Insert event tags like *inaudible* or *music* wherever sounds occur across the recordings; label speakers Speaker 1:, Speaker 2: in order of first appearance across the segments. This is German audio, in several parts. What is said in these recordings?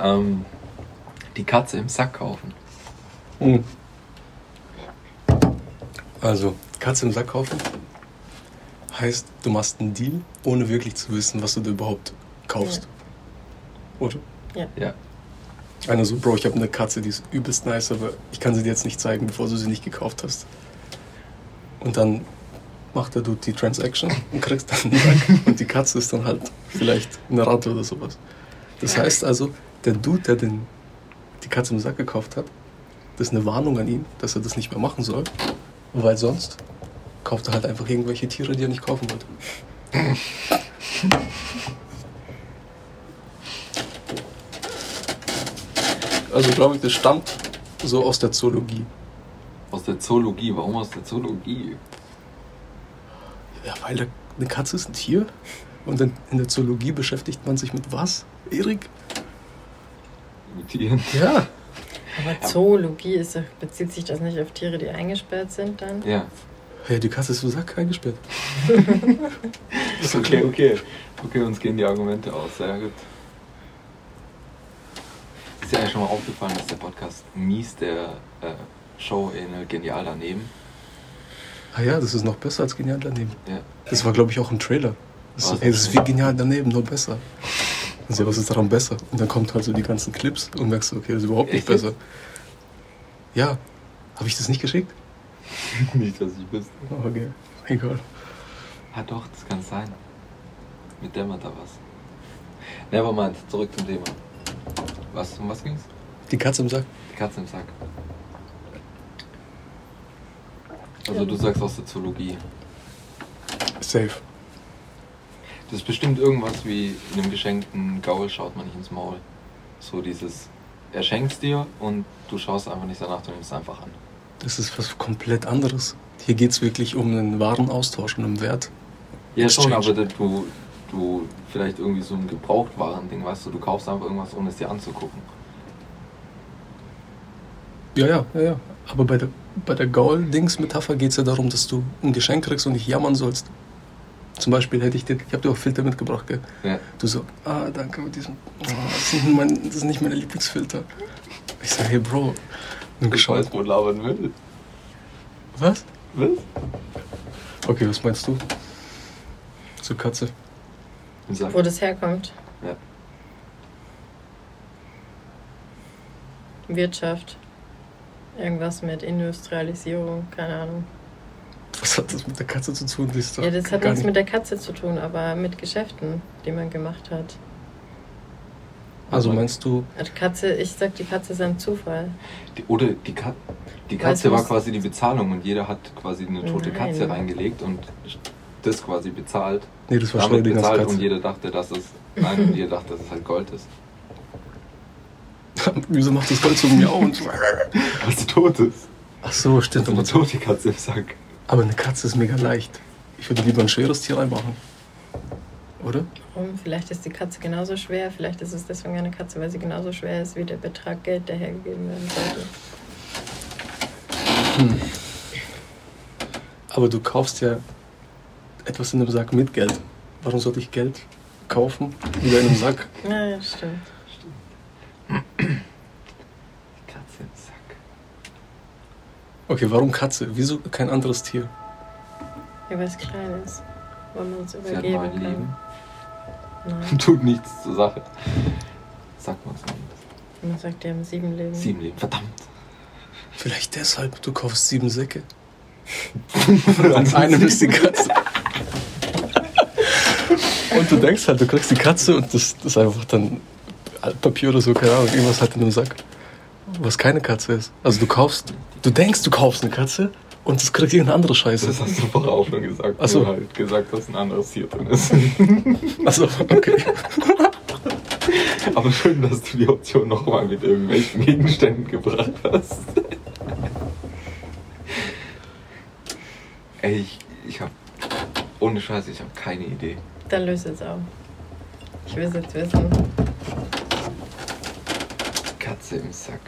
Speaker 1: ähm, die Katze im Sack kaufen.
Speaker 2: Mhm. Also, Katze im Sack kaufen heißt, du machst einen Deal, ohne wirklich zu wissen, was du da überhaupt kaufst. Oder?
Speaker 1: Ja.
Speaker 2: Einer so, Bro, ich habe eine Katze, die ist übelst nice, aber ich kann sie dir jetzt nicht zeigen, bevor du sie nicht gekauft hast. Und dann macht der Dude die Transaction und kriegst dann einen Sack. Und die Katze ist dann halt vielleicht eine Ratte oder sowas. Das heißt also, der Dude, der den, die Katze im Sack gekauft hat, das ist eine Warnung an ihn, dass er das nicht mehr machen soll, weil sonst kauft er halt einfach irgendwelche Tiere, die er nicht kaufen wollte. Also glaube ich, das stammt so aus der Zoologie.
Speaker 1: Aus der Zoologie. Warum aus der Zoologie?
Speaker 2: Ja, weil da- eine Katze ist ein Tier. Und in, in der Zoologie beschäftigt man sich mit was, Erik?
Speaker 1: Mit Tieren.
Speaker 2: Ja.
Speaker 3: Aber Zoologie ist, doch- bezieht sich das nicht auf Tiere, die eingesperrt sind dann?
Speaker 1: Ja.
Speaker 2: Hey, die Katze ist im Sack eingesperrt.
Speaker 1: Okay, okay. Okay, uns gehen die Argumente aus. Sehr gut. Ist ja schon mal aufgefallen, dass der Podcast mies der äh, Show ähnelt. Genial daneben.
Speaker 2: Ah ja, das ist noch besser als genial daneben.
Speaker 1: Ja.
Speaker 2: Das war, glaube ich, auch ein Trailer. Das,
Speaker 1: Was?
Speaker 2: ist, hey, das ist wie genial daneben, nur besser. Und so, was ist daran besser? Und dann kommt halt so die ganzen Clips und merkst du, okay, das ist überhaupt nicht
Speaker 1: Echt jetzt?
Speaker 2: besser. Ja. Habe ich das nicht geschickt?
Speaker 1: *laughs* Nicht, dass ich wüsste.
Speaker 2: Oh, okay. Egal.
Speaker 1: Ah doch, das kann sein. Mit dämmert da was. Nevermind, zurück zum Thema. Was, um was ging's?
Speaker 2: Die Katze im Sack.
Speaker 1: Die Katze im Sack. Also du sagst aus der Zoologie.
Speaker 2: Safe.
Speaker 1: Das ist bestimmt irgendwas wie in einem geschenkten Gaul schaut man nicht ins Maul. So dieses, er schenkt's dir und du schaust einfach nicht danach, du nimmst es einfach an.
Speaker 2: Das ist was komplett anderes. Hier geht es wirklich um einen wahren Austausch und um Wert.
Speaker 1: Ja schon,
Speaker 2: Exchange.
Speaker 1: aber du, du vielleicht irgendwie so ein Gebrauchtwaren-Ding, weißt du, du kaufst einfach irgendwas, ohne es dir anzugucken.
Speaker 2: Ja, ja, ja, ja. Aber bei der, bei der Gaul-Dings-Metapher geht es ja darum, dass du ein Geschenk kriegst und nicht jammern sollst. Zum Beispiel hätte ich dir, ich habe dir auch Filter mitgebracht, gell?
Speaker 1: Ja.
Speaker 2: Du so, ah, danke mit diesem, oh, das, sind mein, das sind nicht meine Lieblingsfilter. Ich sage, hey Bro, nun
Speaker 1: Ich
Speaker 2: geschaut.
Speaker 1: weiß, wo labern will.
Speaker 2: Was?
Speaker 1: Was?
Speaker 2: Okay, was meinst du? Zur Katze.
Speaker 1: Im Sack.
Speaker 3: Wo das herkommt?
Speaker 1: Ja.
Speaker 3: Wirtschaft. Irgendwas mit Industrialisierung, keine Ahnung.
Speaker 2: Was hat das mit der Katze zu tun? Die ist doch
Speaker 3: Ja, das hat
Speaker 2: gar
Speaker 3: nichts
Speaker 2: nicht-
Speaker 3: mit der Katze zu tun, aber mit Geschäften, die man gemacht hat.
Speaker 2: Also meinst du,
Speaker 3: Also Katze, ich sag, die Katze ist ein Zufall.
Speaker 1: Die, oder die, Ka die
Speaker 3: Weil es
Speaker 1: Katze war
Speaker 3: muss-
Speaker 1: quasi die Bezahlung und jeder hat quasi eine tote
Speaker 3: Nein.
Speaker 1: Katze reingelegt und das quasi bezahlt.
Speaker 2: nee, das war
Speaker 1: Damit
Speaker 2: Schrödingers
Speaker 1: bezahlt und
Speaker 2: Katze.
Speaker 1: jeder dachte, dass es. Nein, und jeder dachte, dass es halt Gold ist.
Speaker 2: Wieso macht das Gold so miau und so?
Speaker 1: Weil sie tot ist.
Speaker 2: Ach so, stimmt.
Speaker 1: Also eine
Speaker 2: aber so-
Speaker 1: tote Katze im Sack.
Speaker 2: Aber eine Katze ist mega leicht. Ich würde lieber ein schweres Tier reinmachen. Oder?
Speaker 3: Warum? Vielleicht ist die Katze genauso schwer, vielleicht ist es deswegen eine Katze, weil sie genauso schwer ist wie der Betrag Geld, der hergegeben werden sollte.
Speaker 2: Aber du kaufst ja etwas in einem Sack mit Geld. Warum sollte ich Geld kaufen? Wieder in einem Sack?
Speaker 3: Ja, ja, stimmt.
Speaker 1: Die Katze im Sack.
Speaker 2: Okay, warum Katze? Wieso kein anderes Tier?
Speaker 3: Ja, weil es klein ist. Weil man es
Speaker 1: Sie hat
Speaker 3: übergeben
Speaker 1: mal ein
Speaker 3: kann.
Speaker 1: Leben. *laughs*
Speaker 3: Nein,
Speaker 1: Tut nichts zur Sache. Sagt man es nicht.
Speaker 3: man sagt, die haben sieben Leben.
Speaker 1: Sieben Leben, verdammt.
Speaker 2: Vielleicht deshalb, du kaufst sieben Säcke.
Speaker 1: An
Speaker 2: An einem ist die Katze. Und du denkst halt, du kriegst die Katze und das, das ist einfach dann Altpapier oder so, keine Ahnung, irgendwas halt in einem Sack, was keine Katze ist. Also du kaufst, du denkst, du kaufst eine Katze und das kriegt irgendeine andere
Speaker 1: Das
Speaker 2: Scheiße.
Speaker 1: hast du vorher auch schon gesagt.
Speaker 2: Ach so.
Speaker 1: Nur halt gesagt, dass ein anderes Tier drin *laughs* ist.
Speaker 2: Also, okay.
Speaker 1: Aber schön, dass du die Option nochmal mit irgendwelchen Gegenständen gebracht hast. Ey, ich, ich hab. Ohne Scheiße, ich hab keine Idee.
Speaker 3: Dann löse es auf. Ich will es jetzt wissen.
Speaker 1: Katze im Sack.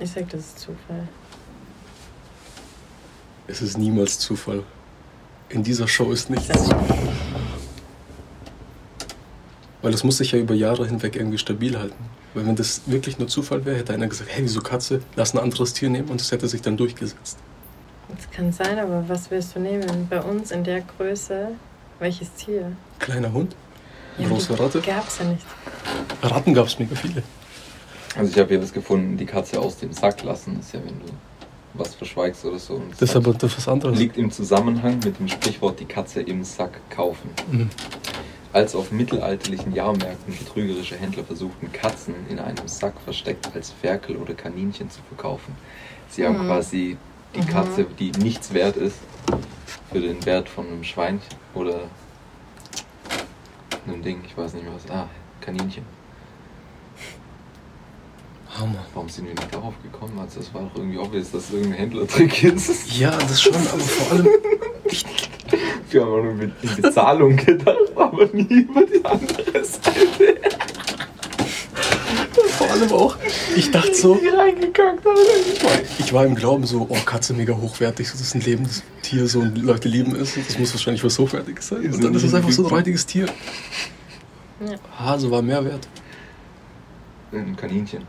Speaker 3: Ich sag, das ist Zufall.
Speaker 2: Es ist niemals Zufall. In dieser Show ist nichts.
Speaker 3: Das ist
Speaker 2: Weil das muss sich ja über Jahre hinweg irgendwie stabil halten. Weil wenn das wirklich nur Zufall wäre, hätte einer gesagt, hey, wieso Katze? Lass ein anderes Tier nehmen und das hätte sich dann durchgesetzt.
Speaker 3: Das kann sein, aber was willst du nehmen? Bei uns in der Größe, welches Tier?
Speaker 2: Kleiner Hund, große Ratte.
Speaker 3: Gab es ja nicht.
Speaker 2: Ratten gab es mega viele.
Speaker 1: Also ich habe hier was gefunden, die Katze aus dem Sack lassen. Das ist ja, wenn du was verschweigst oder so. Und
Speaker 2: Das ist
Speaker 1: sagst.
Speaker 2: aber das ist was anderes.
Speaker 1: liegt im Zusammenhang mit dem Sprichwort die Katze im Sack kaufen.
Speaker 2: Mhm.
Speaker 1: Als auf mittelalterlichen Jahrmärkten betrügerische Händler versuchten, Katzen in einem Sack versteckt als Ferkel oder Kaninchen zu verkaufen. Sie haben
Speaker 3: Mhm.
Speaker 1: quasi die
Speaker 3: Mhm.
Speaker 1: Katze, die nichts wert ist, für den Wert von einem Schwein oder einem Ding, ich weiß nicht mehr was. Ah, Kaninchen.
Speaker 2: Hammer.
Speaker 1: Warum sind wir nicht darauf gekommen? Also das war doch irgendwie obvious, dass es irgendein Händlertrick ist.
Speaker 2: Ja, das schon, aber vor allem,
Speaker 1: Wir haben auch nur mit die Bezahlung gedacht, aber nie über die andere Seite.
Speaker 2: *laughs* vor allem auch, ich dachte *laughs* so,
Speaker 1: reingekackt haben.
Speaker 2: ich war im Glauben so, oh, Katze mega hochwertig, so, das ist ein lebendes Tier, so und Leute lieben es, und das muss wahrscheinlich was Hochwertiges sein. Und dann ist es einfach so ein räudiges Tier.
Speaker 3: Ja.
Speaker 2: Hase war mehr wert.
Speaker 1: Ein Kaninchen.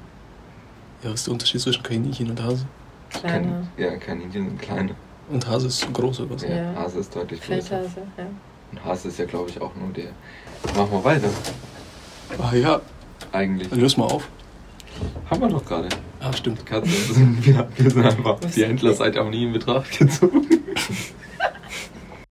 Speaker 2: Ja, was ist der Unterschied zwischen Kaninchen und Hase?
Speaker 3: Kleiner.
Speaker 1: Kan ja, Kaninchen sind kleine.
Speaker 2: Und Hase ist so groß oder was?
Speaker 1: Ja,
Speaker 3: Ja.
Speaker 1: Hase ist deutlich größer.
Speaker 3: Feldhase, ja.
Speaker 1: Und Hase ist ja, glaube ich, auch nur der. Machen wir weiter.
Speaker 2: Ah ja,
Speaker 1: Eigentlich.
Speaker 2: dann löst mal auf.
Speaker 1: Haben wir doch gerade.
Speaker 2: Ah,
Speaker 1: *laughs*
Speaker 2: stimmt.
Speaker 1: Katze. Wir, wir sind einfach die Händlerseite auch nie in Betracht gezogen.